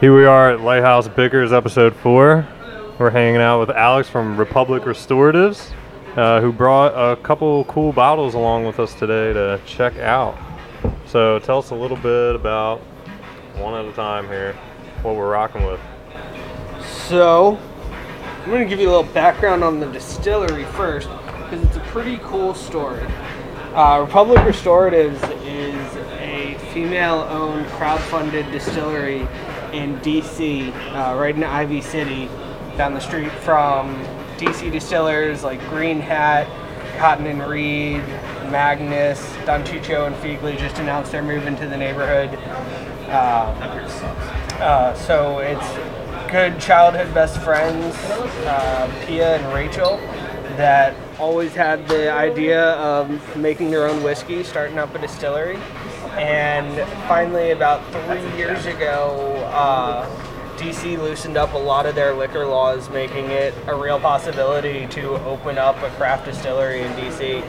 Here we are at Lighthouse Bickers, episode four. We're hanging out with Alex from Republic Restoratives, uh, who brought a couple cool bottles along with us today to check out. So tell us a little bit about one at a time here, what we're rocking with. So, I'm going to give you a little background on the distillery first, because it's a pretty cool story. Uh, Republic Restoratives is a female owned, crowdfunded distillery in DC, uh, right in Ivy City, down the street from DC distillers like Green Hat, Cotton and Reed, Magnus, Don Chicho, and Fiegley just announced they're moving to the neighborhood. Uh, uh, so it's good childhood best friends, uh, Pia and Rachel, that always had the idea of making their own whiskey, starting up a distillery. And finally, about three years ago, uh, DC loosened up a lot of their liquor laws, making it a real possibility to open up a craft distillery in DC.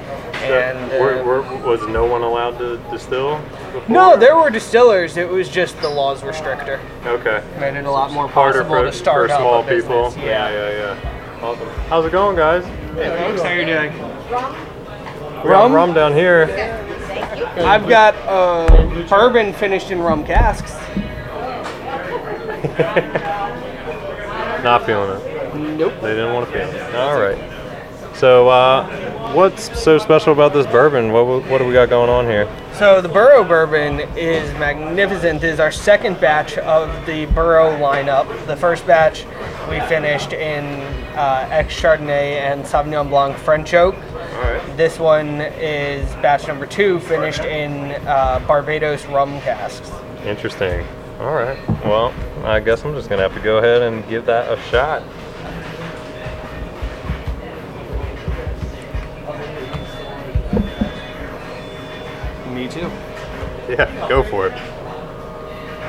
And uh, Were- were- was no one allowed to distill? Before? no, there were distillers. It was just the laws were stricter Okay. made it a lot more Harder possible for, to start for up small a business. people. yeah, yeah, yeah. Awesome. How's it going, guys? How you doing? We got Rum? rum down here. I've got uh, bourbon finished in rum casks. Not feeling it. Nope. They didn't want to pay. All right. So, uh, what's so special about this bourbon? What w- what do we got going on here? So the Burrow bourbon is magnificent. This is our second batch of the Burrow lineup. The first batch we finished in uh, ex Chardonnay and Sauvignon Blanc French oak. right. This one is batch number two, finished in uh, Barbados rum casks. Interesting. All right. Well, I guess I'm just gonna have to go ahead and give that a shot. Me too. Yeah, go for it.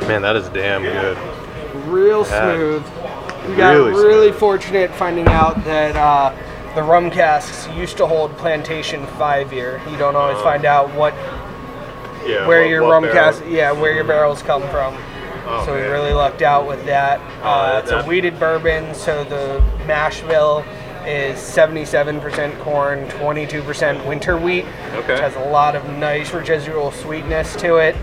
Man, that is damn good. real Yeah. smooth. We got Really really, smooth. fortunate finding out that uh, the rum casks used to hold plantation five year. You don't always find out what Oh. Yeah. where what- your what rum barrel- cask, yeah, where your barrels come from. Oh, so we man. really lucked out with that. Oh, Uh, that- it's that- a weeded bourbon, so the mash bill is 77% corn, 22% winter wheat, Okay. which has a lot of nice residual sweetness to it.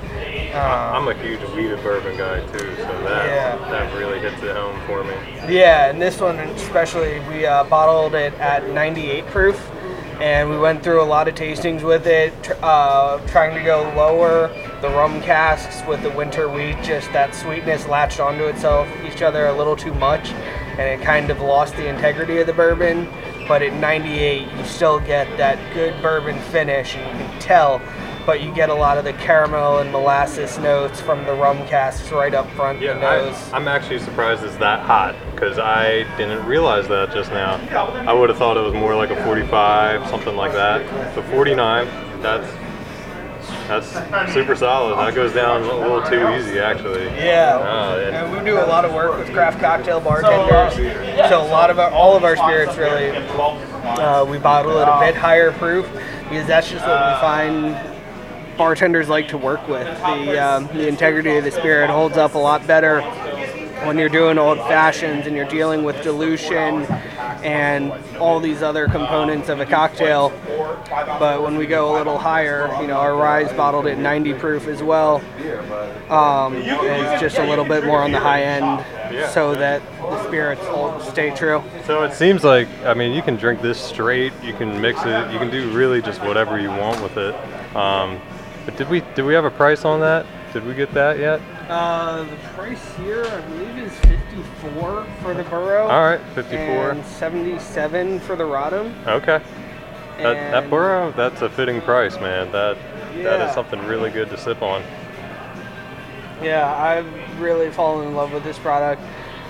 Um, I'm a huge weeded bourbon guy too, so that Yeah. that really hits it home for me. Yeah, and this one especially, we uh, bottled it at 98 proof, and we went through a lot of tastings with it, tr- uh, trying to go lower. The rum casks with the winter wheat, just that sweetness latched onto itself each other a little too much, and it kind of lost the integrity of the bourbon. But at 98, you still get that good bourbon finish, and you can tell. But you get a lot of the caramel and molasses notes from the rum casks right up front. the Yeah, nose. I, I'm actually surprised it's that hot because I didn't realize that just now. I would have thought it was more like a 45, something like that. But 49, that's that's super solid. That goes down a little too easy, actually. Yeah. Ah, yeah. And we do a lot of work with craft cocktail bartenders. So a lot of our, all of our spirits really, uh, we bottle it a bit higher proof because that's just what we find bartenders like to work with. The um, the integrity of the spirit holds up a lot better when you're doing old fashions and you're dealing with dilution and all these other components of a cocktail. But when we go a little higher, you know, our rye's bottled at 90 proof as well um, is just a little bit more on the high end so that the spirits will stay true. So it seems like, I mean, you can drink this straight, you can mix it, you can do really just whatever you want with it. Um, but did we did we have a price on that? Did we get that yet? Uh, the price here, I believe, is 54 for the Burrow. All right, 54. And 77 for the Rodham. Okay. That, that And- burro, that's a fitting price, man. That that Yeah. is something really good to sip on. Yeah, I've really fallen in love with this product.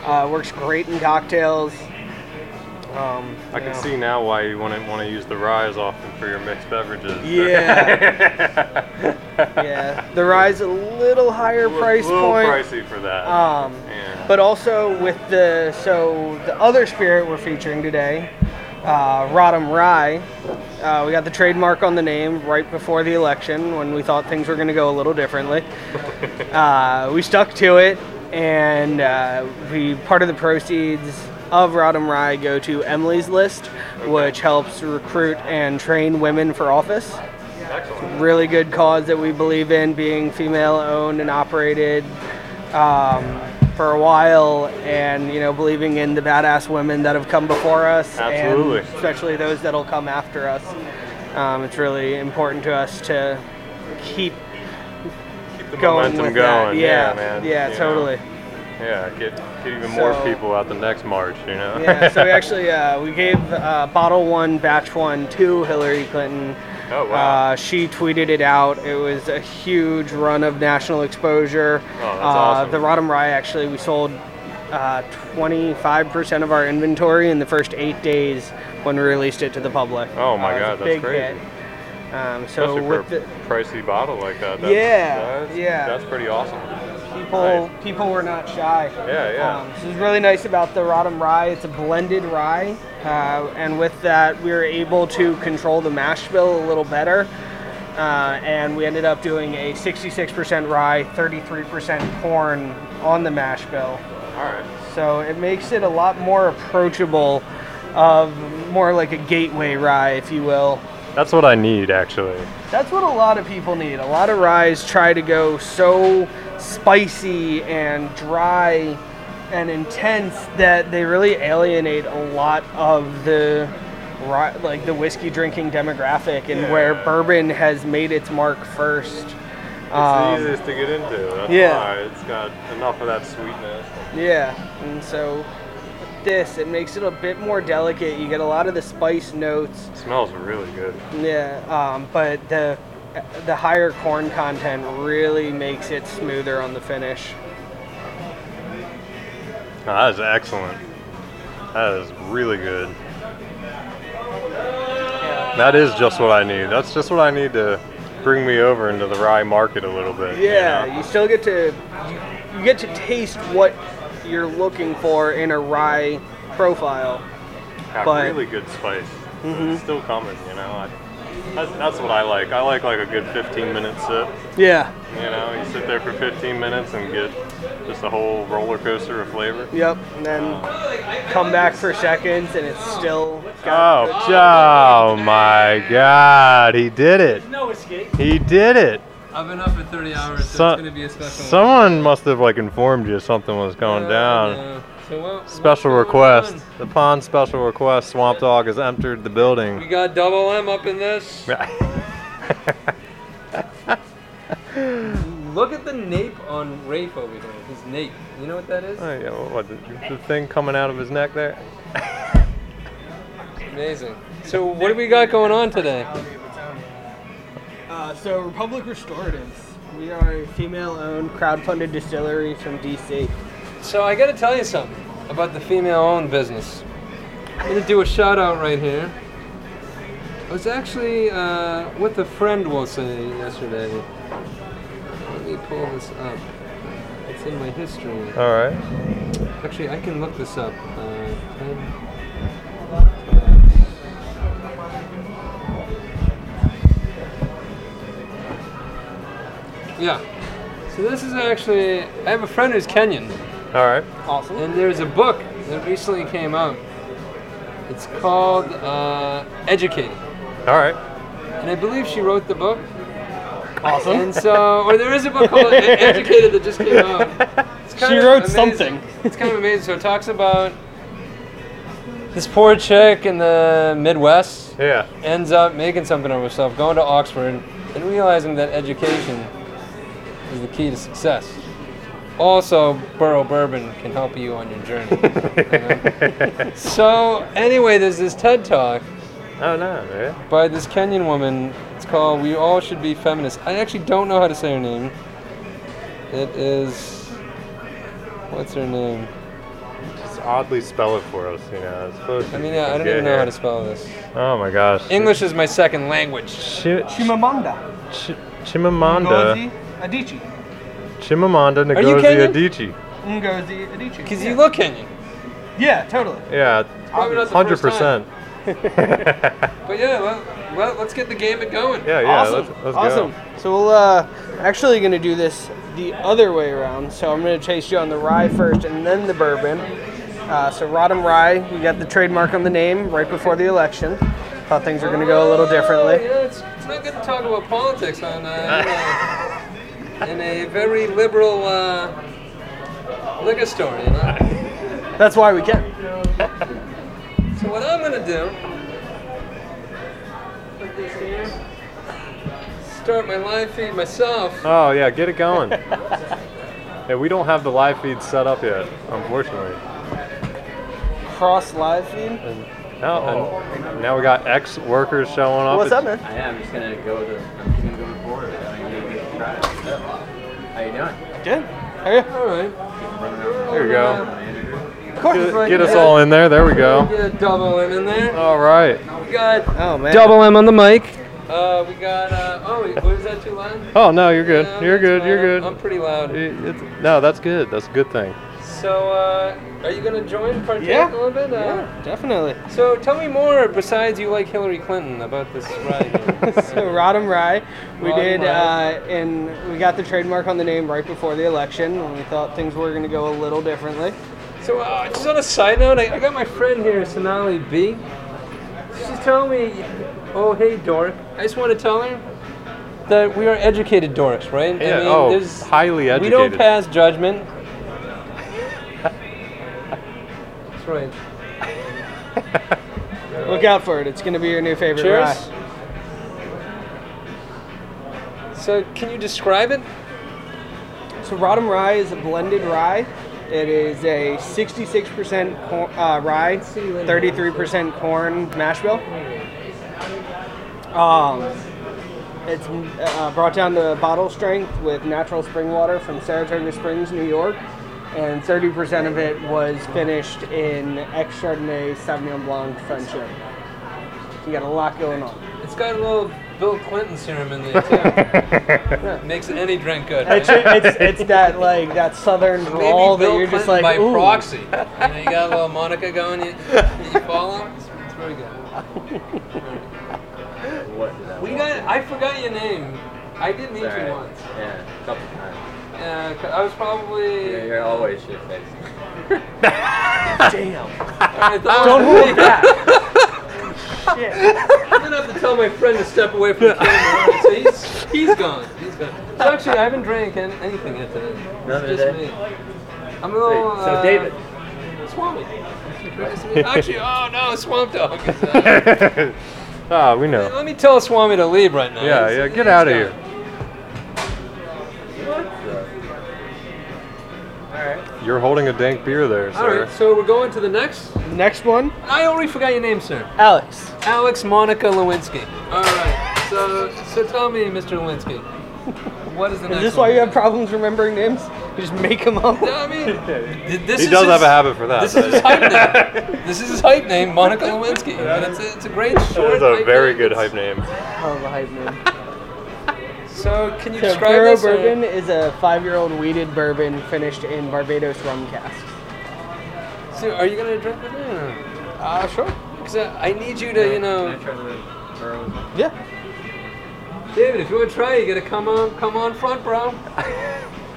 Uh, works great in cocktails. Um, I you can know. see now why you wouldn't want to use the rye as often for your mixed beverages. Yeah. Yeah, the rye's a little higher price a little point. pricey for that. Um, Yeah. But also with the so the other spirit we're featuring today, uh, Rodham Rye. Uh, we got the trademark on the name right before the election when we thought things were going to go a little differently. uh, we stuck to it, and uh, we part of the proceeds of Rodham Rye go to Emily's List, which helps recruit and train women for office. Really good cause that we believe in, being female owned and operated um, for a while, and you know believing in the badass women that have come before us, and Absolutely. especially those that'll come after us. Um, it's really important to us to keep Keep the going momentum with that. going. Yeah, man. yeah, you know. totally. Yeah, get, get even more So- people out the next march, you know? yeah, so we actually uh, we gave uh, bottle one, batch one to Hillary Clinton. Oh, wow. Uh, she tweeted it out. It was a huge run of national exposure. Oh, that's uh, awesome. The Rodham Rye actually we sold uh, 25% of our inventory in the first eight days when we released it to the public. Oh my Uh, it was God, a that's big crazy. hit. Um, so Especially for with a the, pricey bottle like that. That's, Yeah, that's, yeah. That's pretty awesome. people Right. people were not shy. Yeah, yeah. Um, so it's really nice about the Rodham rye. It's a blended rye, uh, and with that, we were able to control the mash bill a little better. Uh, and we ended up doing a 66% rye, 33% corn on the mash bill. All right. So it makes it a lot more approachable, of more like a gateway rye, if you will. That's what I need, actually. That's what a lot of people need. A lot of ryes try to go so spicy and dry and intense that they really alienate a lot of the ri- like the whiskey drinking demographic and where Yeah. bourbon has made its mark first. Um, It's the easiest to get into. That's yeah. why. It's got enough of that sweetness. Yeah, and so with this it makes it a bit more delicate. You get a lot of the spice notes. It smells really good. Yeah, um, but the the higher corn content really makes it smoother on the finish. No, that is excellent. That is really good. That is just what I need. That's just what I need to bring me over into the rye market a little bit. you Yeah, know? uh, you still get to you, you get to taste what you're looking for in a rye profile. Got but- Mm-hmm. really good spice. It's still coming, you know. I, that's, that's what I like. I like like a good 15 minute sip. Yeah. You know, you sit there for 15 minutes and get just a whole roller coaster of flavor. Yep. And then come back for seconds, and it's still. Oh, oh my God! He did it. No escape. He did it. I've been up for 30 hours, so, So- it's gonna be a special Someone must have like informed you something was going one. down. Uh, so what, Special what's going request. on? The pond special request. Swamp Dog has entered the We building. got double M up in this. Look at the nape on Rafe over there. His nape. You know what that is? Oh, yeah, what, the, the thing coming out of his neck there? Amazing. So what do we got going on today? Uh, so Republic Restoratives. We are a female-owned, crowd-funded distillery from DC. So I gotta tell you something about the female-owned business. I'm gonna do a shout out right here. I was actually uh, what a friend will say yesterday. Let me pull this up. It's in my history. All right. Actually, I can look this up. Uh, Ted- yeah. So this is actually I have a friend who's Kenyan, All right. Awesome. and there's a book that recently came out. It's called uh, Educated, All right. and I believe she wrote the book. Awesome. And so, or there is a book called E- Educated that just came out. It's kind She of wrote amazing. something. It's kind of amazing. So it talks about this poor chick in the Midwest Yeah. ends up making something of herself, going to Oxford, and realizing that education is the key to success. Also, Burrow Bourbon can help you on your journey. so, anyway, there's this TED Talk oh, no, man. by this Kenyan woman. It's called We All Should Be Feminists. I actually don't know how to say her name. It is. What's her name? Just oddly spell it for us, you know. It's supposed I to mean, be yeah, I don't good even know here. how to spell this. Oh, my gosh. English is my second language. Chi- Chimamanda. Ch- Chimamanda. Ngozi Adichie. Chimamanda Are you Ngozi Kenyan? Adichie. Ngozi Adichie. Because yeah. you look Kenyan. Yeah, totally. Yeah. Probably not the Hundred first time. percent. Yeah, But yeah, well, well, let's get the gamut going. yeah. Let's, let's awesome. go. So we'll uh, actually going to do this the other way around. So I'm going to chase you on the rye first and then the bourbon. Uh, so Rodham Rye, we got the trademark on the name right before the election. Thought things were going to go a little Oh, differently. yeah, it's, it's not good to talk about politics on uh, you know, in a very liberal uh, liquor store. You know? That's why we can. So what I'm gonna do? Start my live feed myself. Oh yeah, get it going. yeah, we don't have the live feed set up yet, unfortunately. Cross live feed. And, oh, and now we got ex workers showing up. What's It's- up, man? I am just gonna go with the I'm just gonna go with forward. I mean, you can try it. How you doing? Good. How are you? All right. Running around There you go. Of course. Get, get us all in there. There we go. Get a double M in there. All right. We got Oh man. double M on the mic. Uh, we got. Uh, oh, wait, was that too loud? Oh no, you're good. No, You're that's good. fine. You're good. I'm pretty loud. It- it's- no, that's good. That's a good thing. So, uh, are you gonna join partake Yeah. a little bit? Uh, Yeah, definitely. So tell me more besides you like Hillary Clinton about this ride. so Rodham Rye, we Rodham did, Rye. uh, and we got the trademark on the name right before the election when we thought things were going to go a little differently. so uh, just on a side note, I, I got my friend here, Sonali B. She's telling me, oh hey dork. I just want to tell her that we are educated dorks, right? Yeah, oh, highly We don't educated. pass judgment. That's right. Look out for it; it's going to be your new favorite Cheers. rye. So can you describe it? So Rodham Rye is a blended rye. It is a 66% cor- uh, rye, 33% corn mash bill. Um, it's uh, brought down to bottle strength with natural spring water from Saratoga Springs, New York, and 30% of it was finished in ex Chardonnay Sauvignon Blanc friendship. You got a lot going on. It's got a little Bill Clinton serum in there too. Makes any drink good. It's, it's, it's that like that southern Maybe drawl that Bill you're just Clinton like by "Ooh." proxy. You, know, you got a little Monica going. You, you follow? It's, it's very good. What did I We got. I forgot your name. I did meet It's alright. you once. Yeah, a couple times. Uh, 'cause I was probably. Yeah, you're always shit faced. Damn. I thought- Don't hold back. I'm gonna have to tell my friend to step away from the camera. So he's he's gone. He's gone. So actually, I haven't drank an- anything yet today. It's None just eh? today? me. I'm a little. so uh, David. Swamp. Actually, oh no, Swamp Dog. Is, uh, Ah, we know. let me tell Swami to leave right now. Yeah, He's- yeah. he's Get out of gone. here. Alright. You're holding a dank beer there, All sir. right, so we're going to the next. Next one, I already forgot your name, sir. Alex. Alex Monica Lewinsky. All right, so so tell me, Mr. Lewinsky, what is the Is next? this one? why you have problems remembering names? You just make them up. No, I mean, th- this He is does his, have a habit for that. This is his hype name. This is his hype name, Monica Lewinsky. And it's, a, it's a great That short. is a hype very name. good hype name. Hell of a hype name. So can you So describe Puro this? uh, or- Bourbon is a five-year-old weeded bourbon finished in Barbados rum casks. So are you gonna drink with me? or- Uh, sure. 'Cause I, I need you to, you know, Can I try the burrow? Yeah. David. If you want to try, you gotta come on, come on front, bro.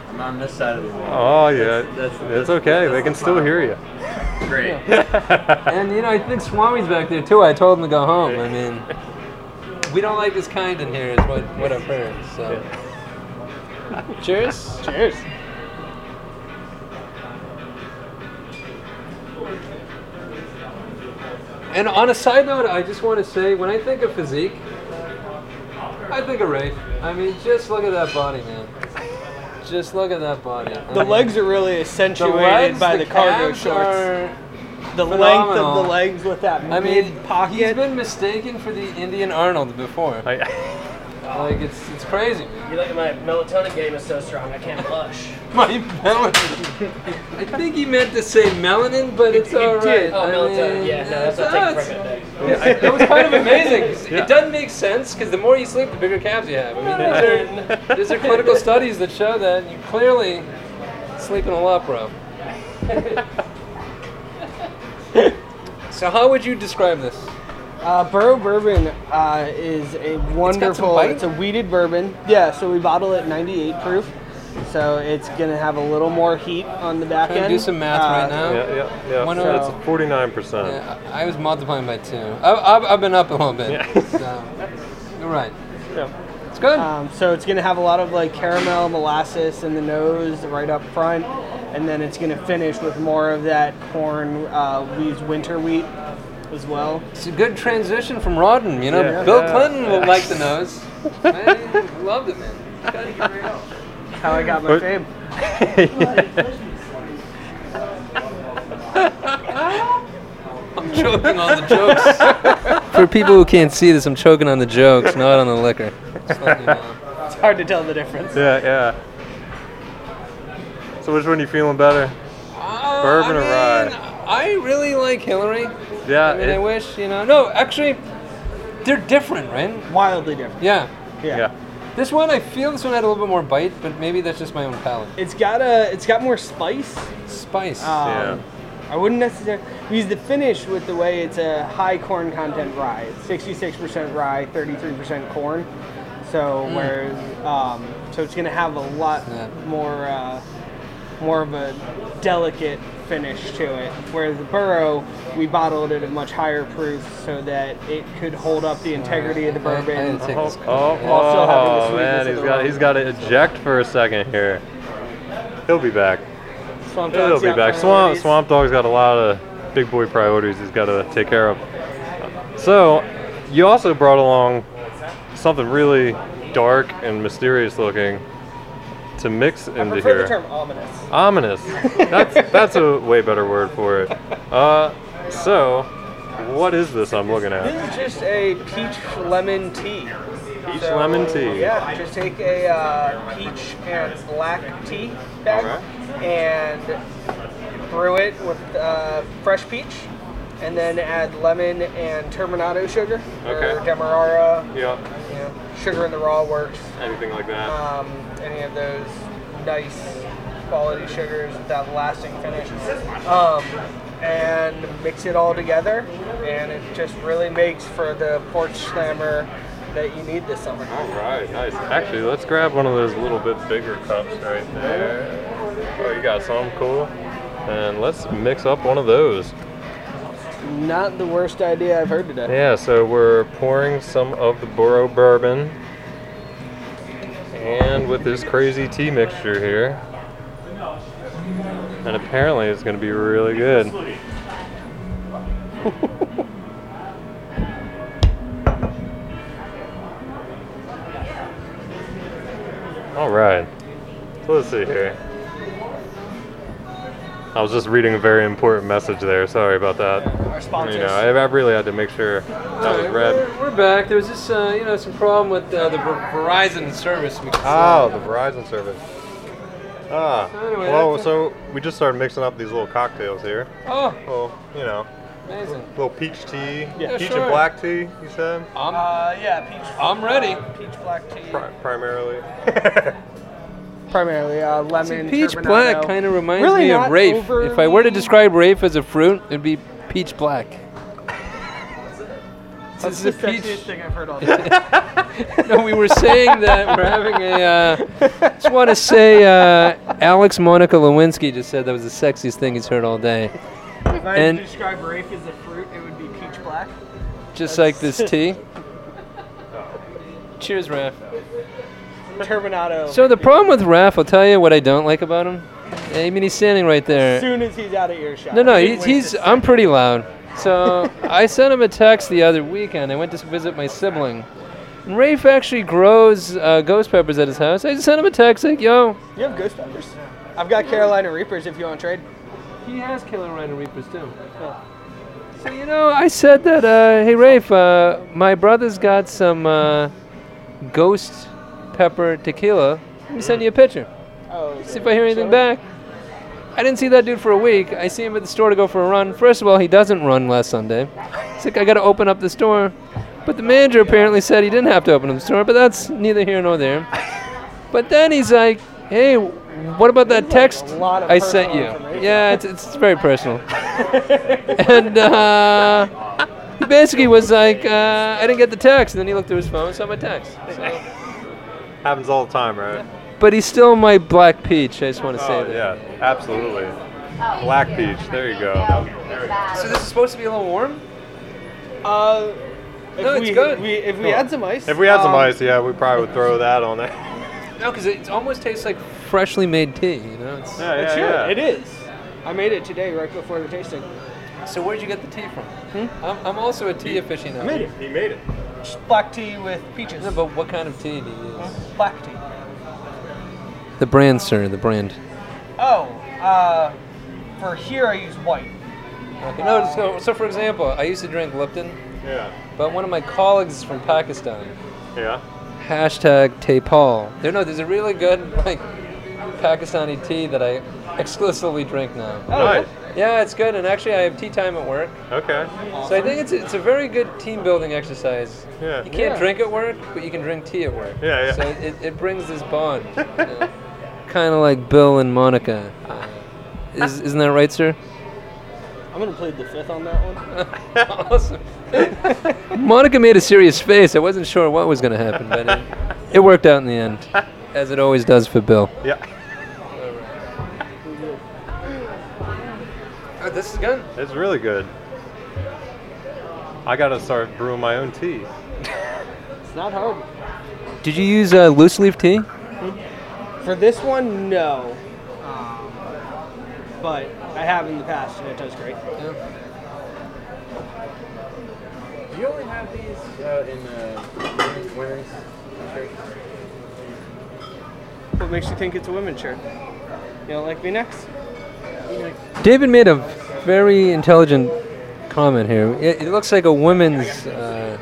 I'm on this side of the wall. Oh yeah, That's- that's- it's that's- okay. that's They can the still hear you. Oh. Great. And you know, I think Swami's back there too. I told him to go home. I mean, we don't like this kind in here, is what what I've heard. So, cheers. Cheers. And on a side note, I just want to say, when I think of physique, I think of Rafe. I mean, just look at that body, man. Just look at that body. I The mean, legs are really the accentuated legs, by the, cargo calves shorts. are- the length of phenomenal. the legs with that I mean, mid he's pocket. been mistaken for the Indian Arnold before. I- Like it's it's crazy, man. You look at my melatonin game is so strong I can't blush. My melanin. I think he meant to say melanin, but it's all right. Oh, I melatonin. mean, Yeah, no, that's what I take for a minute. it's- It was kind of amazing. Yeah. It doesn't make sense because the more you sleep, the bigger calves you have. I mean, these are, these are clinical studies that show that you're clearly sleeping a lot, bro. so, how would you describe this? Uh, Burrow Bourbon uh, is a wonderful. bite? It's, a weeded bourbon. Yeah, so we bottle it 98 proof. So it's going to have a little more heat on the back Trying to end. Uh, do some math right Uh, now. Yeah, yeah, yeah. Why not- That's 49%. Yeah, I I was multiplying by two. I, I've, I've been up a little bit. Yeah. So, you're right. now. It's Uh, good. Um, so it's gonna have a lot of like caramel molasses in the nose right up front, and then it's gonna finish with more of that corn. Uh, we use winter wheat as well. it's a good transition from Rodden. You know, Yeah. Bill Yeah. Clinton Yeah. would like the nose. I loved it, man. Gotta get rid of it. How I got my But- fame. I'm choking on the jokes. For people who can't see this, I'm choking on the jokes, not on the liquor. Just letting you know. It's hard to tell the difference. Yeah, yeah. So which one you feeling better? Uh, Bourbon or I mean, rye? I really like Hillary. Yeah, I mean, I it- wish, you know. No, actually, they're different, right? Wildly different. Yeah. Yeah. yeah. This one, I feel this one had a little bit more bite, but maybe that's just my own palate. It's got a. It's got more spice. Spice. Um, Yeah. I wouldn't necessarily use the finish with the way it's a high corn content rye. It's 66% rye, 33% corn. So whereas, um, so it's gonna have a lot Mm. Yeah. more, uh, more of a delicate finish to it. Whereas the burro, we bottled it at much higher proof so that it could hold up the integrity of the I- I didn't bourbon. take Oh, this. oh, Also having the oh, sweetness man, of he's the got rum. he's got to eject for a second here. He'll be back. Swamp He'll Dog's be got back. Swamp priorities. Swamp Dog's got a lot of big boy priorities he's got to take care of. So, you also brought along something really dark and mysterious looking to mix I into prefer here. the term ominous. Ominous. That's that's a way better word for it. Uh, so, what is this I'm looking at? This is just a peach lemon tea. Peach lemon tea. Yeah, just take a uh, peach and black tea bag and brew it with uh, fresh peach, and then add lemon and terminado sugar or Okay. demerara. Yeah, You know, sugar in the raw works. anything like that. Um, any of those nice quality sugars with that lasting finish. Um, and mix it all together, and it just really makes for the porch slammer that you need this summer. All right, nice. Actually, let's grab one of those little bit bigger cups right there. Oh, you got some cool. And let's mix up one of those. Not the worst idea I've heard today. Yeah, so we're pouring some of the Borough bourbon. And with this crazy tea mixture here. And apparently it's going to be really good. All right. So let's see here. I was just reading a very important message there. Sorry about that. Our You sponsors. know, I, I really had to make sure that was Alright, red. We're, we're back. There was just, uh, you know, some problem with uh, the Ver- Verizon service. mix. Oh, the Verizon service. Ah, So anyway, well, that's a- so we just started mixing up these little cocktails here. Oh, Well, you know, amazing. little peach tea, Yeah, peach sure. and black tea, you said, I'm, Uh, yeah, peach. uh, I'm ready. Peach black tea. Pri- primarily. Primarily, uh, lemon. Peach black kind of reminds Really me not of Rafe. If I were to overly- describe Rafe as a fruit, it'd be peach black. That's This the is a peach. sexiest thing I've heard all day. No, we were saying that we're having a. Uh, just want to say, uh, Alex Monica Lewinsky just said that was the sexiest thing he's heard all day. if I And- describe rape as a fruit, it would be peach black. Just like this tea. Cheers, Raph. Terminado. So the problem with Raph, I'll tell you what I don't like about him. I mean, he's standing right as there. soon as he's out of earshot. No, no, He he's, waits he's a I'm pretty loud. So I sent him a text the other weekend. I went to visit my sibling. And Rafe actually grows uh, ghost peppers at his house. I just sent him a text like, yo. You have ghost peppers? I've got Carolina Reapers if you want to trade. He has Carolina Reapers too. So you know, I said that. Uh, hey, Rafe, uh, my brother's got some uh, ghost pepper tequila. Let me send you a picture. Oh, See if I hear anything back. I didn't see that dude for a week. I see him at the store to go for a run. First of all, he doesn't run last Sunday. It's like I got to open up the store. But the manager apparently said he didn't have to open up the store, but that's neither here nor there. But then he's like, "Hey, what about that text lot of I sent personal you?" information. Yeah, it's, it's very personal. and uh, he basically was like, uh, "I didn't get the text," and then he looked through his phone, saw my text. So, Happens all the time, right? but he's still my black peach. I just want to say Oh, that. yeah, absolutely. Black peach. There you go. So this is supposed to be a little warm? Uh, if No, it's we, good. We, if we Cool. had some ice. If we had some um, ice, yeah, we probably would throw that on there. No, because it almost tastes like freshly made tea. You know. It's, Yeah, yeah, It's true. yeah. It is. I made it today, right before the tasting. So where'd you get the tea from? I'm, I'm also a tea aficionado. it. He made it. Black tea with peaches. No, but what kind of tea do you use? Black tea. The brand, sir. The brand. Oh, uh, for here I use white. Okay. No, so, so for example, I used to drink Lipton, Yeah. but one of my colleagues from Pakistan, Yeah. hashtag Tepal. There, no, there's a really good like Pakistani tea that I exclusively drink now. Oh, nice. Yeah, it's good, and actually I have tea time at work, Okay. so I think it's it's a very good team building exercise. Yeah. You can't Yeah. drink at work, but you can drink tea at work. Yeah, yeah. So it, it brings this bond. kind of like Bill and Monica. Is, isn't that right, sir? I'm gonna plead the fifth on that one. awesome. Monica made a serious face. I wasn't sure what was going to happen, but it, it worked out in the end, as it always does for Bill. Yeah. Oh, this is good. It's really good. I gotta start brewing my own tea. It's not hard. Did you use uh, loose leaf tea? For this one, no. Um, but I have in the past, and it does great. Do you only have these uh, in uh, winters? What makes you think it's a women's shirt? You don't like V-necks? David made a very intelligent comment here. It, it looks like a women's uh,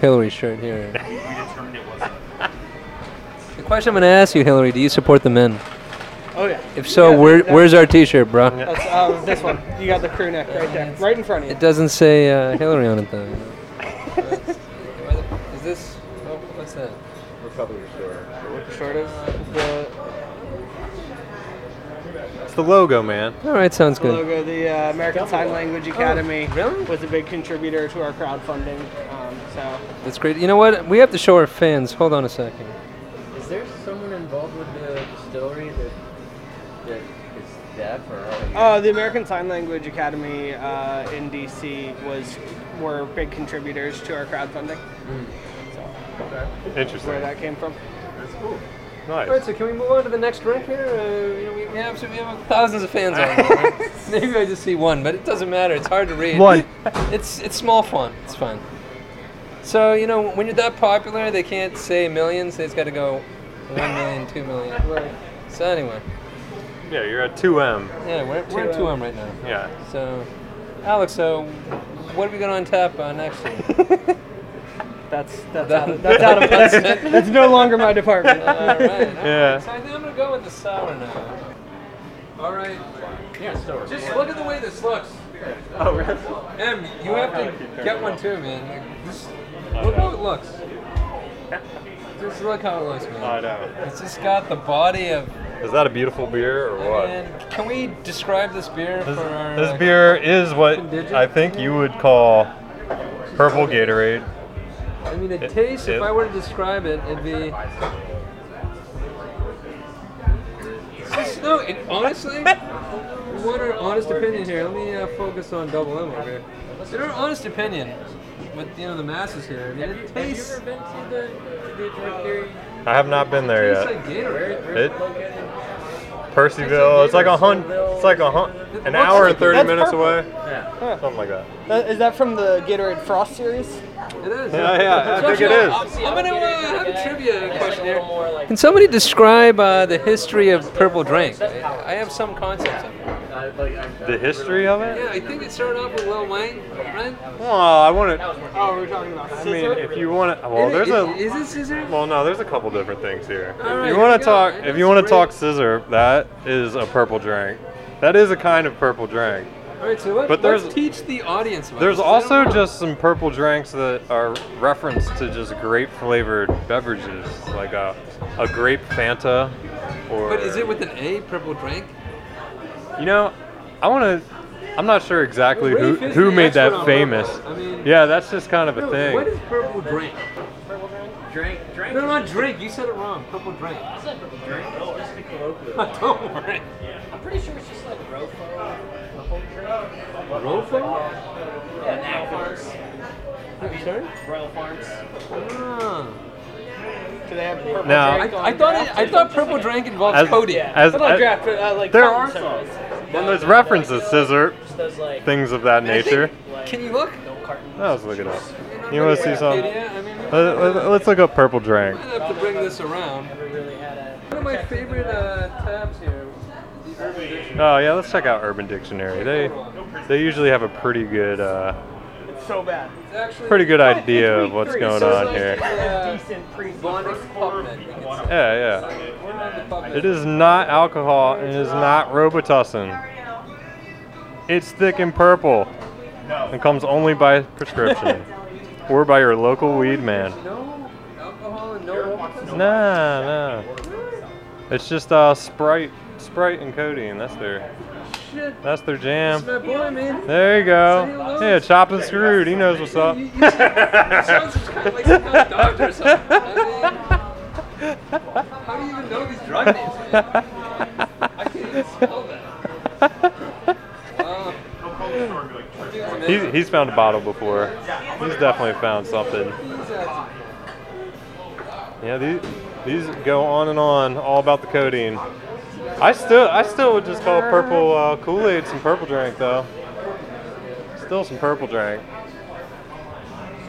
Hillary shirt here. the question I'm going to ask you, Hillary, do you support the men? Oh yeah. If so, Yeah, where, that- where's our T-shirt, bro? That's uh, this one. You got the crew neck right there, right in front of you. It doesn't say uh, Hillary on it though. Is this? Oh, what's that? Republican store. Short of the, It's the logo, man. All right, sounds the good. logo, the uh, American Sign Language Academy really? was a big contributor to our crowdfunding. Um, so That's great. You know what? We have to show our fans. Hold on a second. Is there someone involved with the distillery that that is deaf or? Oh. Uh, the American Sign Language Academy uh, in DC was were big contributors to our crowdfunding. So where Interesting. that came from. That's cool. All right, Nice. so can we move on to the next drink here? Uh, you know, we, we have some, we have thousands of fans on. here. Maybe I just see one, but it doesn't matter. It's hard to read. One. It's it's small font. It's fine. So you know, when you're that popular, they can't say millions. They've got to go one million, two million. Right. So anyway, Yeah, you're at 2M. yeah, we're we're at two M right now. Yeah. So, Alex, so what are we going to on tap uh, next year? That's that's out of, that's out of that's, that's no longer my department. All right. Yeah. So I think I'm going to go with the sour now. All right. Yeah, store. Just look at the way this looks. Oh, really? Em, Oh, you have to get one too, man. Like, Just look how it looks. Just look how it looks, I man. know. It's just got the body of. Is that a beautiful beer or what? Man, can we describe this beer for our? This uh, beer is what Contingent? I think you would call purple Gatorade. I mean, it It- tastes. If it- I were to describe it, it'd be. It's just- No, it, honestly, what our honest opinion here? Let me uh, focus on Double M over here. In our honest opinion, with you know the masses here, I mean, it tastes. Have you ever been to the, the drink theory? I have not been there tastes yet. like Gatorade. It, Percyville. It's like a hun. It's like a hun. An hour and 30 That's minutes purple. away. Yeah. Something like that. That- Uh, Is that from the Gatorade Frost series? It is. Yeah, yeah, I think it is. I'm gonna uh, have a trivia A question little here. more like Can somebody describe uh, the history of purple drink? I, I have some concepts of it. I, like, I, The history of Yeah, it? I think it started off with Lil Wayne, right? Well, I want to. Oh, we're talking about I scissor. mean, if you want to. Well, there's a. Is it scissor? Well, no, there's a couple different things here. All if right, you here we want go. to talk, And if you it's want great. to talk scissor, that is a purple drink. That is a kind of purple drink. All right, so let, But let's there's- teach the audience about There's this. I also don't know. just some purple drinks that are referenced to just grape flavored beverages, like a, a grape Fanta, or But is it with an A, purple drink? you know, I want to. I'm not sure exactly Ray who Finn's who the made expert that on famous. purple. I mean- yeah, that's just kind of a What thing. is purple drink? Drink, drink. No, not drink. You said it wrong. Purple drink. I said purple drink. No, it's the colloquial. Don't worry. I'm pretty sure it's just like Rofo. Rofo? Yeah, Now Farms. Sorry? Royal Farms. Ah. Do they have purple No. drink I, on I thought it, I thought purple drink involved As- Cody. Yeah. As- I thought I- draft, but I like There Tom are- Sumner. Well, there's references, scissor, Just those like things of that I think- nature. like Can you look? milk cartons. I was looking up. You're You not want to gonna see get something? Wikipedia. I mean, we Let- let- Let's look up purple drink. might have to bring this around. Never really had a. One of my favorite uh, tabs here, the Urban Dictionary. Oh yeah, let's check out Urban Dictionary. They they usually have a pretty good uh, It's so bad. It's actually pretty good But idea it's of week what's three, going so it's on like here. a Decent pre-season. Bonded PubMed. we could say. Yeah, yeah. We're on the PubMed. It is not alcohol and it is not Robitussin. It's thick and purple and comes only by prescription or by your local weed man. No alcohol and no alcohol. Nah, nah. It's just uh, Sprite, Sprite and codeine. That's their, Shit. that's their That's jam. my boy, man. There you go. Yeah, chopped and screwed. He knows what's up. You, you sound kind of like some kind of doctor or something. I mean, how do you even know these drug names? man? I can't even spell that. Um, Wow. Dude's He's, amazing. he's found a bottle before. He's definitely found something. He's out to- Yeah, these these go on and on, all about the codeine. I still I still would just call purple uh, Kool Aid some purple drink though. Still some purple drink.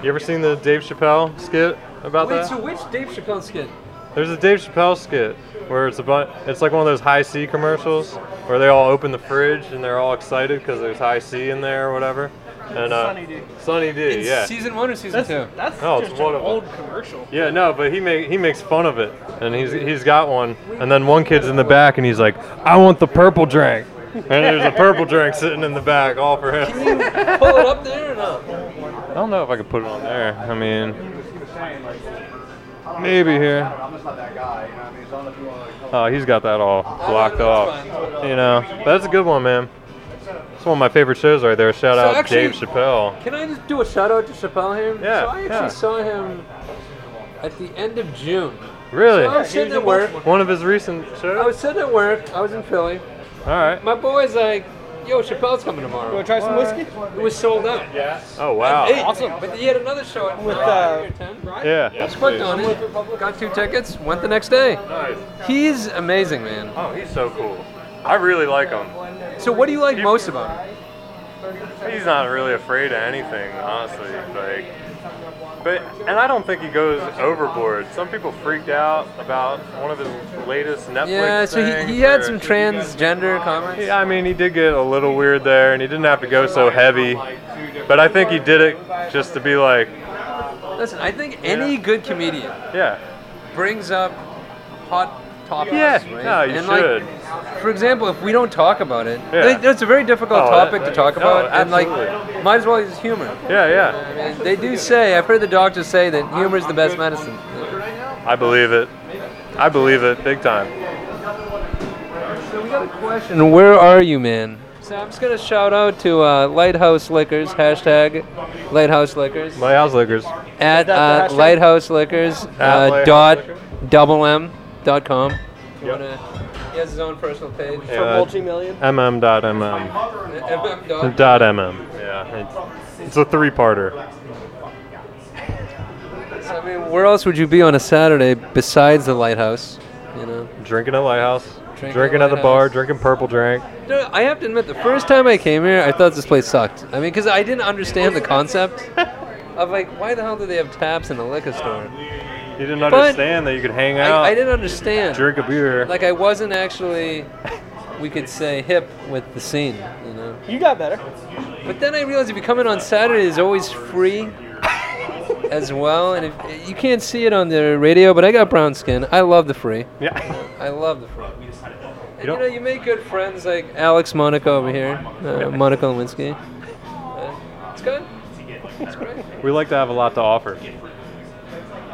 You ever seen the Dave Chappelle skit about Wait, that? so which Dave Chappelle skit? There's a Dave Chappelle skit where it's about it's like one of those high C commercials where they all open the fridge and they're all excited because there's high C in there or whatever. And uh, Sunny D. Sunny D, It's yeah. Season one or season That's, two? that's No, it's just one an of them. old commercial. Yeah, no, but he make, he makes fun of it, and he's he's got one, and then one kid's in the back, and he's like, "I want the purple drink," and there's a purple drink sitting in the back, all for him. Pull it up there or no? I don't know if I could put it on there. I mean, maybe here. I'm just not that guy, you know what I mean? So I don't know if you want to Oh, he's got that all blocked that's off. fine. You know, but that's a good one, man. It's one of my favorite shows right there. Shout So out actually- Dave Chappelle. Can I just do a shout out to Chappelle here? Yeah, So I actually yeah. saw him at the end of June. So I Really, was sitting at work. one of his recent I shows. was sitting at work. I was in Philly. All right. My boy's like, "Yo, Chappelle's coming You tomorrow." want to try some whiskey? It was sold out. Yeah. Oh wow. Awesome. But he had another show at With, Friday uh, or 10. Yeah. Just clicked on eh? it. Got two tickets. Went the next day. Nice. He's amazing, man. Oh, he's so cool. I really like him. So what do you like most about him? He's not really afraid of anything, honestly. Like, but and I don't think he goes overboard. Some people freaked out about one of his latest Netflix. Yeah. So he, he things, had or- some transgender comments. Yeah, I mean, he did get a little weird there, and he didn't have to go so heavy. But I think he did it just to be like, Listen, I think any good comedian yeah, brings up hot topics. Yeah, right? no, you and should. Like, for example, if we don't talk about it, Yeah. like, it's a very difficult Oh, that- topic to that- talk no, about, and like, absolutely. might as well use humor. yeah, yeah. And they do say, I've heard the doctors say that humor is the best medicine. I believe it. I believe it big time. So we got a question. Where are you, man? So I'm just gonna shout out to uh, Lighthouse Liquors hashtag Lighthouse Liquors Lighthouse Liquors. at that uh, the hashtag? Lighthouse Liquors At uh, Lighthouse dot Liquors. double m dot com. If you Yep. wanna- He has his own personal page. For multi-million? MM dot MM MM. dot MM. Yeah, it's, it's a three-parter. I mean, where else would you be on a Saturday besides the lighthouse? You know. Drinking at Lighthouse, Drinking drinking, at at the bar, Lighthouse. drinking purple drink. No, I have to admit, the first time I came here, I thought this place sucked. I mean, because I didn't understand the concept of like, why the hell do they have taps in a liquor store? You didn't understand that you could hang out, I, I didn't understand. drink a beer. Like, I wasn't actually, we could say, hip with the scene. You know. You got better. But then I realized if you come in on Saturday, it's always free as well. And if, you can't see it on the radio, but I got brown skin. I love the free. yeah. I love the front. And you don't- know, you make good friends like Alex Monaco over here, uh, Monaco Lewinsky. Uh, it's good. It's great. we like to have a lot to offer. And,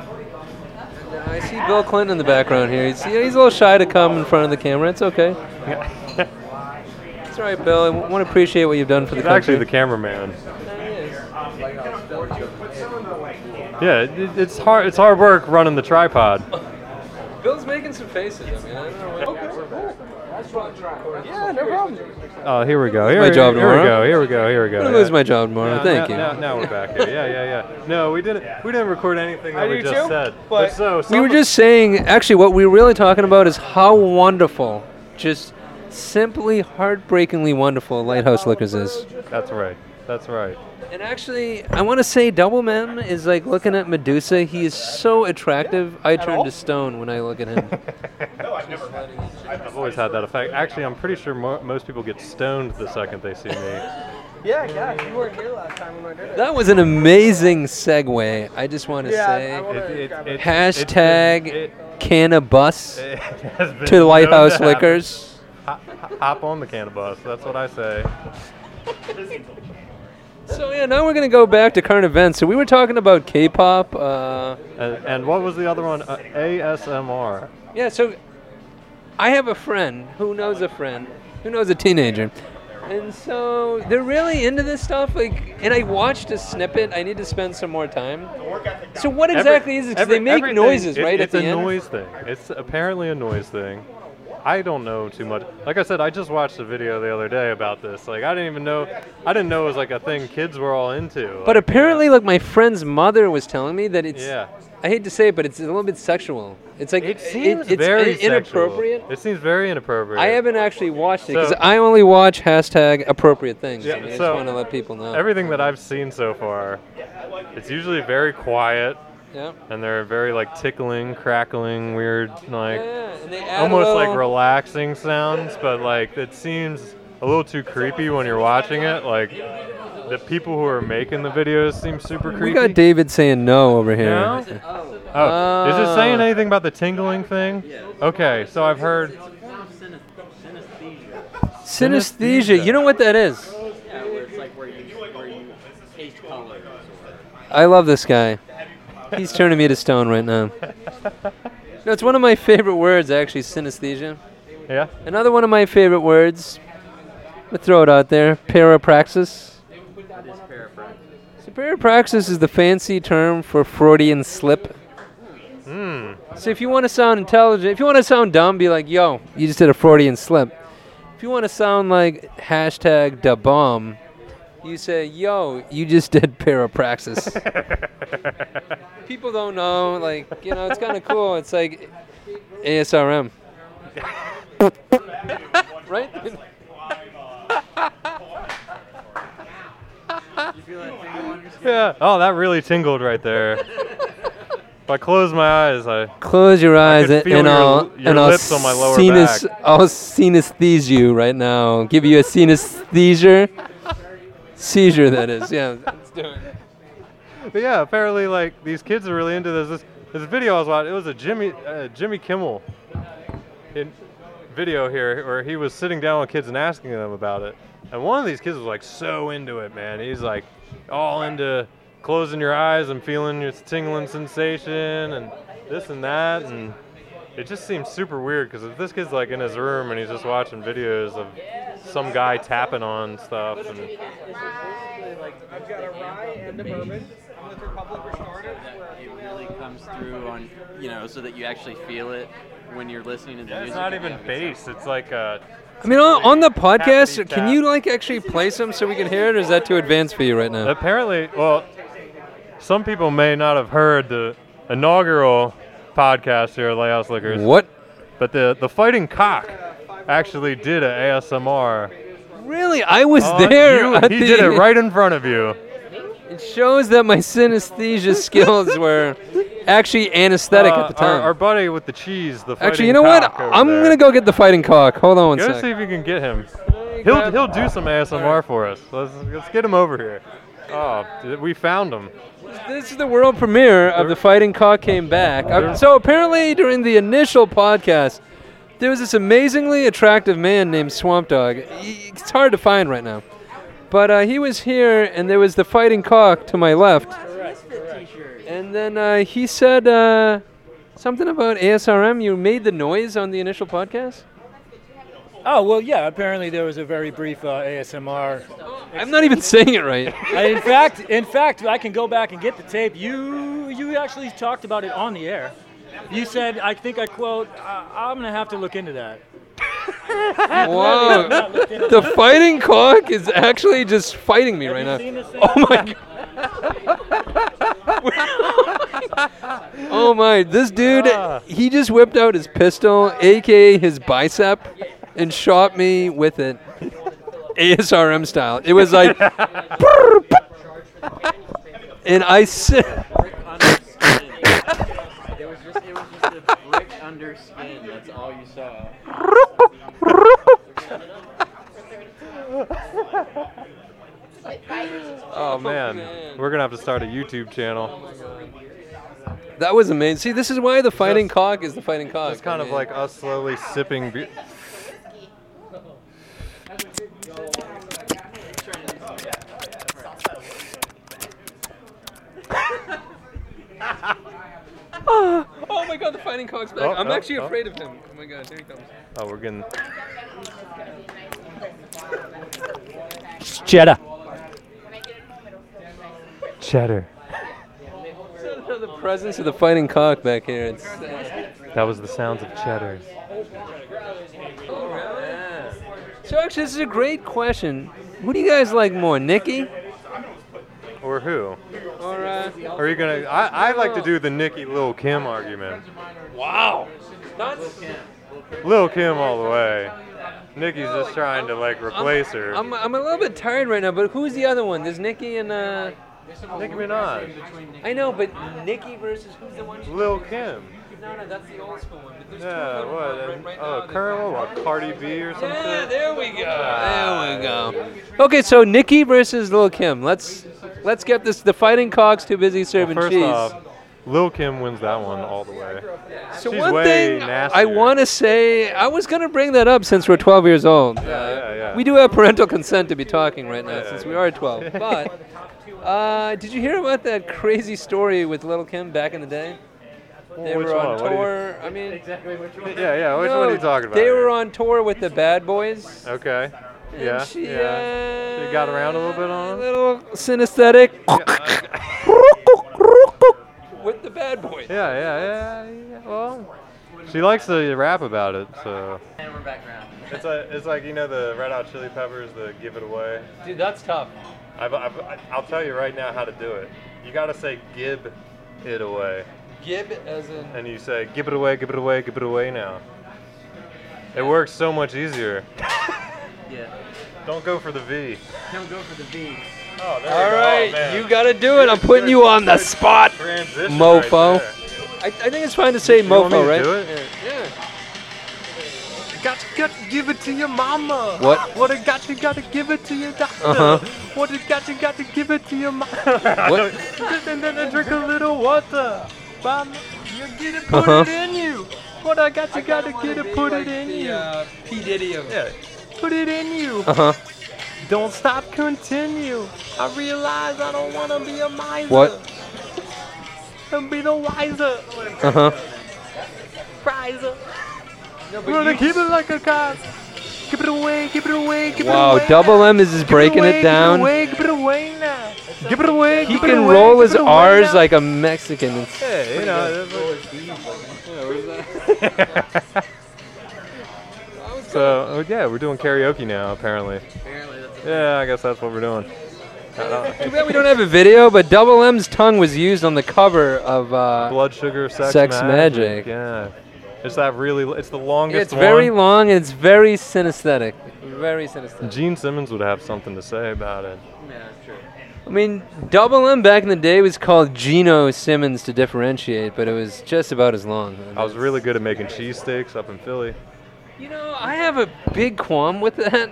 uh, I see Bill Clinton in the background here. He's, he's a little shy to come in front of the camera. It's okay. It's all right, Bill. I w- want to appreciate what you've done for the He's actually the country. cameraman. Actually, the Yeah, it, it's hard. It's hard work running the tripod. Bill's making some faces. I mean, I don't know what Yeah, no problem. Oh, here we go. Here, my job here we tomorrow. go. Here we go. Here we go. I'm gonna lose yeah. my job tomorrow. Now- Thank now- Now, you. now we're back here. Yeah, yeah, yeah. No, we didn't. We didn't record anything that I we do just too, said. but- so We were some- just saying, actually, what we we're really talking about is how wonderful, just simply heartbreakingly wonderful Lighthouse Liquors is. That's right. That's right. And actually, I want to say Double Mem is like looking at Medusa. He is so attractive. I turn all. to stone when I look at him. I've always had that effect. Actually, I'm pretty sure mo- most people get stoned the second they see me. Yeah, yeah. You weren't here last time when I did it. that was an amazing segue. I just want to Yeah, I say wanna- it- it- hashtag it- it- can of bus it has been to known Lighthouse happen. Liquors. Hop, hop on the can of bus. That's what I say. So yeah, now we're gonna go back to current events. So we were talking about K-pop. Uh, And, and what was the other one? Uh, ASMR. yeah, so I have a friend who knows a friend who knows a teenager, and so they're really into this stuff. Like, and I watched a snippet. I need to spend some more time. So what Every- exactly is it? 'Cause every- they make everything- noises it- right it's at the a end. noise thing. It's apparently a noise thing. I don't know too much. Like I said, I just watched a video the other day about this. Like I didn't even know. I didn't know it was like a thing kids were all into. Like, But apparently, like my friend's mother was telling me that it's. Yeah. I hate to say it, but it's a little bit sexual. It's like it seems it's very in- sexual. inappropriate. It seems very inappropriate. I haven't actually watched it because So- I only watch hashtag appropriate things. Yeah, I, mean, I just so- want to let people know. Everything that I've seen so far, it's usually very quiet, yeah. and they're very like tickling, crackling, weird, like yeah, and they add a almost like little- relaxing sounds, but like it seems a little too creepy when you're watching it. Like the people who are making the videos seem super creepy. We got David saying no over here. No? Oh, is it saying anything about the tingling thing? Okay, so I've heard. Synesthesia. You know what that is? Yeah, where it's like where you where you taste colors. I love this guy. He's turning me to stone right now. No, it's one of my favorite words actually, synesthesia. Yeah. Another one of my favorite words. I'm gonna throw it out there. Parapraxis. So parapraxis is the fancy term for Freudian slip. Hmm. So if you want to sound intelligent, if you want to sound dumb, be like, yo, you just did a Freudian slip. If you want to sound like hashtag da bomb, you say, yo, you just did parapraxis. People don't know, like, you know, it's kind of cool. It's like ASRM. right? yeah. Oh, that really tingled right there. if I close my eyes, I. Close your eyes could and, feel and your- I'll your and I'll lips on my lower sinus- back. I'll synesthese you right now. Give you a synesthesia. Seizure, that is. Yeah. But yeah, apparently like these kids are really into this. This, this video I was watching, it was a Jimmy uh, Jimmy Kimmel in video here where he was sitting down with kids and asking them about it. And one of these kids was like so into it, man. He's like all into closing your eyes and feeling your tingling sensation and this and that and it just seems super weird because if this kid's like in his room and he's just watching videos of some guy tapping on stuff and I've got a rye and a bourbon with Republic Restorative. Where It really comes through on, you know, so that you actually feel it when you're listening to the music. it's not and you even have a good time. bass, it's like a I mean, on, on the podcast, Tappity can tap. you like actually play some so we can hear it, or is that too advanced for you right now? Apparently, well, some people may not have heard the inaugural podcast here at Lighthouse Liquors, What? but the the Fighting Cock actually did an ASMR. Really? I was on there. Oh, Uh, you. at he the- did it right in front of you. It shows that my synesthesia skills were actually anesthetic Uh, at the our, time. our buddy with the cheese, the actually, Fighting you know what? Cock over I'm there. gonna go get the fighting cock. Hold on one Go sec. see if you can get him. He'll he'll do some ASMR for us. Let's let's get him over here. Oh, d- we found him. This is the world premiere of the Fighting Cock Came Back. Uh, So apparently, during the initial podcast, there was this amazingly attractive man named Swamp Dog. He- It's hard to find right now, but uh, he was here, and there was the Fighting Cock to my left, and then uh, he said uh, something about ASRM. You made the noise on the initial podcast. Oh well, yeah. Apparently there was a very brief uh, ASMR. I'm not even saying it right. in fact, in fact, I can go back and get the tape. You you actually talked about it on the air. You said, I think I quote, I- I'm going to have to look into that. Whoa. the fighting cock is actually just fighting me right you now. seen this thing? Oh my god. oh my, this dude, Yeah. he just whipped out his pistol, aka his bicep, and shot me with it. ASRM style. It was like. and I said. Under skin. it was just it was just a brick under skin. That's all you saw. Oh man, we're gonna have to start a YouTube channel. That was amazing. See, this is why the fighting cock is the fighting cock. It's kind I of mean. like us slowly sipping beer. Oh my god, the fighting cock's back. Oh, I'm oh, actually oh. afraid of him. Oh my god, here he comes. Oh, we're getting. It's cheddar. Cheddar. The presence of the fighting cock back here. It's, That was the sounds of cheddar. so actually, this is a great question. Who do you guys like more, Nikki Or who? or uh, Are you gonna? I, I like to do the Nicki Lil Kim argument. nuts? Lil Kim all the way. Nicki's just trying to like replace her. I'm, I'm a little bit tired right now, but who's the other one? There's Nikki and uh, Nicki Minaj. I know, but Nikki versus who's the one? Lil Kim. No, no, that's the old school one. But there's Yeah, two what? And, uh, current one? What? Cardi B or something? Yeah, there we go. There we go. Okay, so Nikki versus Lil Kim. Let's let's get this. The fighting cock's too busy Well, serving first cheese. off, Lil Kim wins that one all the way. So She's one way thing I nastier. want to say, I was gonna bring that up since we're 12 years old. yeah, yeah. We do have parental consent to be talking right now Yeah, since yeah. we are 12. But uh, did you hear about that crazy story with Little Kim back in the day? They Oh, Which were on one? What do you- tour. I mean, Yeah, yeah. Which one no, are you talking about? They here? were on tour with the Bad Boys. Okay. Yeah. And she, yeah. uh, She got around a little bit on A it? little synesthetic yeah. with the Bad Boys. Yeah, yeah, yeah, yeah. Well, she likes to rap about it, so. And we're back around. It's like it's like you know the Red Hot Chili Peppers, the Give It Away. Dude, that's tough. I've, I've, I'll tell you right now how to do it. You gotta say "Give It Away," Gib as in. and you say "Give it away, give it away, give it away now." It works so much easier. Yeah. Don't go for the V. Don't go for the V. Oh, there All right, you gotta do it. I'm putting you on the spot. Transition Mofo. Right there. I, I think it's fine to say You want me mofo, to right? do it? Got to, got to give it to your mama. What? What it got to got to give it to your doctor. Uh-huh. What it got to got to give it to your mama. and then I drink a little water. Mama, you get it, put Uh-huh. it in you. What I got to got to get it, put it in you. P Diddy of Yeah. Put it in you. Uh huh. Don't stop, continue. I realize I don't want to be a miser. What? And be the wiser. Uh huh. Riser. We're gonna keep it like a cop. Give it away, give it away, give it Wow, away. Double now. M is just Give it breaking away, it down. Give it away, give it away now. Give it away, He give it can away, roll give his it away R's now. like a Mexican. It's- Hey, you know. so oh, yeah, we're doing karaoke now apparently. Apparently that's a Yeah, I guess that's what we're doing. I don't- Too bad we don't have a video, but Double M's tongue was used on the cover of. Uh, Blood sugar, sex, Sex magic. Yeah, it's that really. It's the longest it's very one. long and it's very synesthetic. Very synesthetic. Gene Simmons would have something to say about it. yeah, true. I mean, Double M back in the day was called Geno Simmons to differentiate, but it was just about as long. I was really good at making cheesesteaks up in Philly. You know, I have a big qualm with that.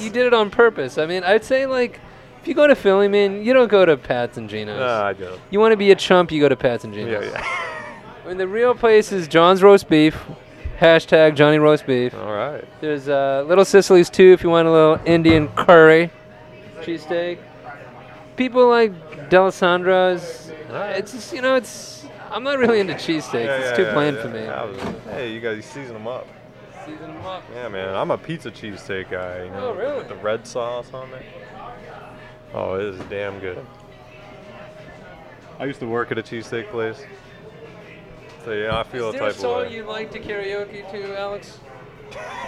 You did it on purpose. I mean, I'd say like, if you go to Philly, man, you don't go to Pat's and Geno's. Ah, I do. you want to be a chump, you go to Pat's and Yeah, Geno's. yeah. I mean, the real place is John's Roast Beef. Hashtag Johnny Roast Beef. All right. There's uh, Little Sicily's too, if you want a little Indian curry, cheesesteak. People like Delisandro's. Alright. It's just, you know, it's. I'm not really into cheesesteaks. Yeah, it's yeah, too yeah, plain yeah. for me. I was- hey, you guys, you season them up. Season 'em up. Yeah, man, I'm a pizza cheesesteak guy. You know, Oh, really? With the red sauce on it. Oh, it is damn good. I used to work at a cheesesteak place. So yeah, I feel Is a there a type of song way. you like to karaoke to, Alex?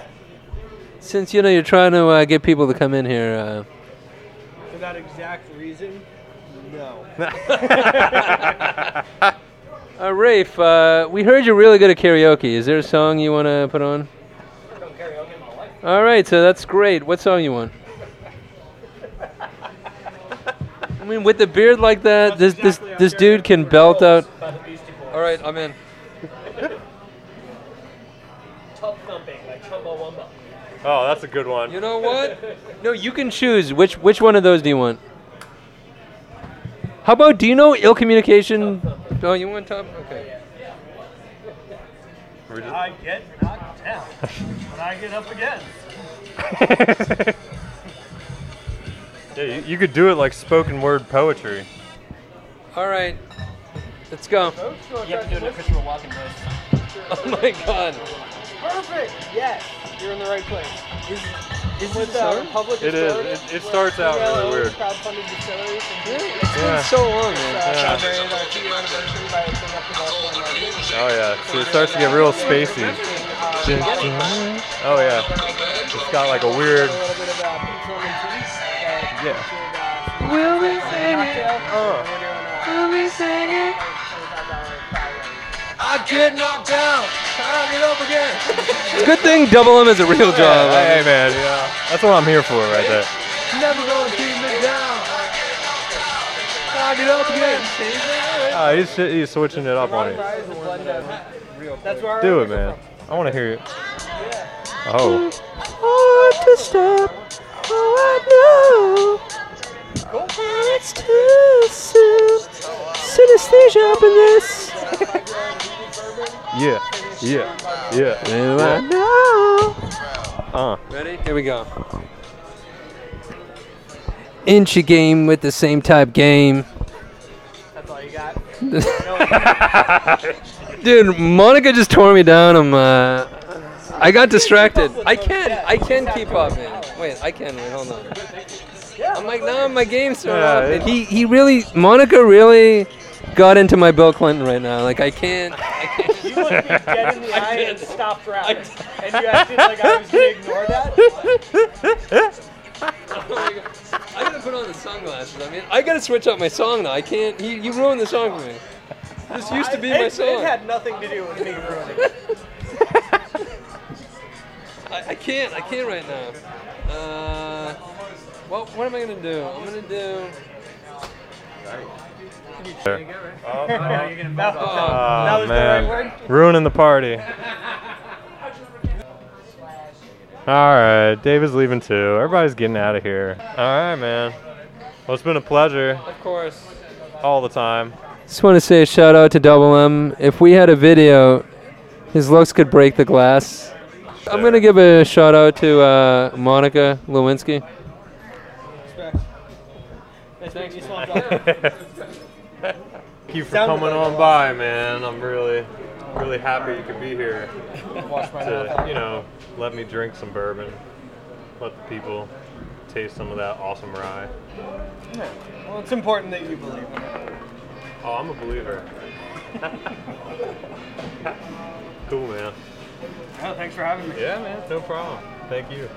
Since you know you're trying to uh, get people to come in here, uh, For that exact reason, no. uh, Rafe, uh, we heard you're really good at karaoke. Is there a song you want to put on? All right, so that's great. What song you want? I mean, with the beard like that, this this this dude can belt out. All right, I'm in. Top thumping by Chumbawamba. Oh, that's a good one. You know what? No, you can choose which which one of those do you want. How about do you know ill communication? Oh, you want top? Okay. We're just- I get knocked down, and I get up again. yeah, you, you could do it like spoken word poetry. All right, let's go. You have to do it in a Christopher Walken voice. Oh my God. Perfect. Yes, you're in the right place. Is With uh, public It is. It, it starts out really weird. Crowdfunded distilleries. And It's Yeah. been so long, man. Yeah. celebrated our two-year anniversary by opening up the Baltimore market. Oh yeah. So it starts to get real spacey. Oh yeah. It's got like a weird. A little bit of uh, peach lemon juice. Uh, Yeah. Will we sing it? Will we sing it? I get knocked down. I get up again. Good thing Double M is a real job. hey man. Yeah. That's what I'm here for right there. Never gonna keep me down. I get up again. Oh, he's, he's switching it up on it. That's where our Do it, original man. I want to hear it. Oh. Yeah. Yeah. Yeah. yeah. Uh. Ready? Here we go. Inch a game with the same type game. That's all you got. Dude, Monica just tore me down. I'm, uh, I got distracted. I can, I can keep up, man. Wait, I can. Wait, hold on. I'm like, no, my game's thrown Yeah, off. it- And he, he really, Monica really got into my Bill Clinton right now. Like, I can't, I can't. You looked me dead in the eye and stopped rapping. And you acted like I was going to ignore that? I gotta put on the sunglasses. I mean, I gotta switch up my song now. I can't. He, you ruined the song for me. This used to be it, my It song. had nothing to do with me ruining it. I, I can't. I can't right now. Uh, well, what am I gonna do? I'm gonna do. That, Oh, that Oh was the right man. word? Ruining the party. All right, Dave is leaving too. Everybody's getting out of here. All right, man. Well, it's been a pleasure of course. all the time. Just want to say a shout out to Double M. If we had a video, his looks could break the glass. I'm gonna give a shout out to uh, Monica Lewinsky. Nice to meet you, Swamp Dog. Thank you for Sounded coming like on by, man. I'm really, really happy you could be here Wash my to, mouth. you know, let me drink some bourbon, let the people taste some of that awesome rye. Well, it's important that you believe in it. Oh, I'm a believer. cool, man. Oh, thanks for having me. Yeah, man. No problem. Thank you.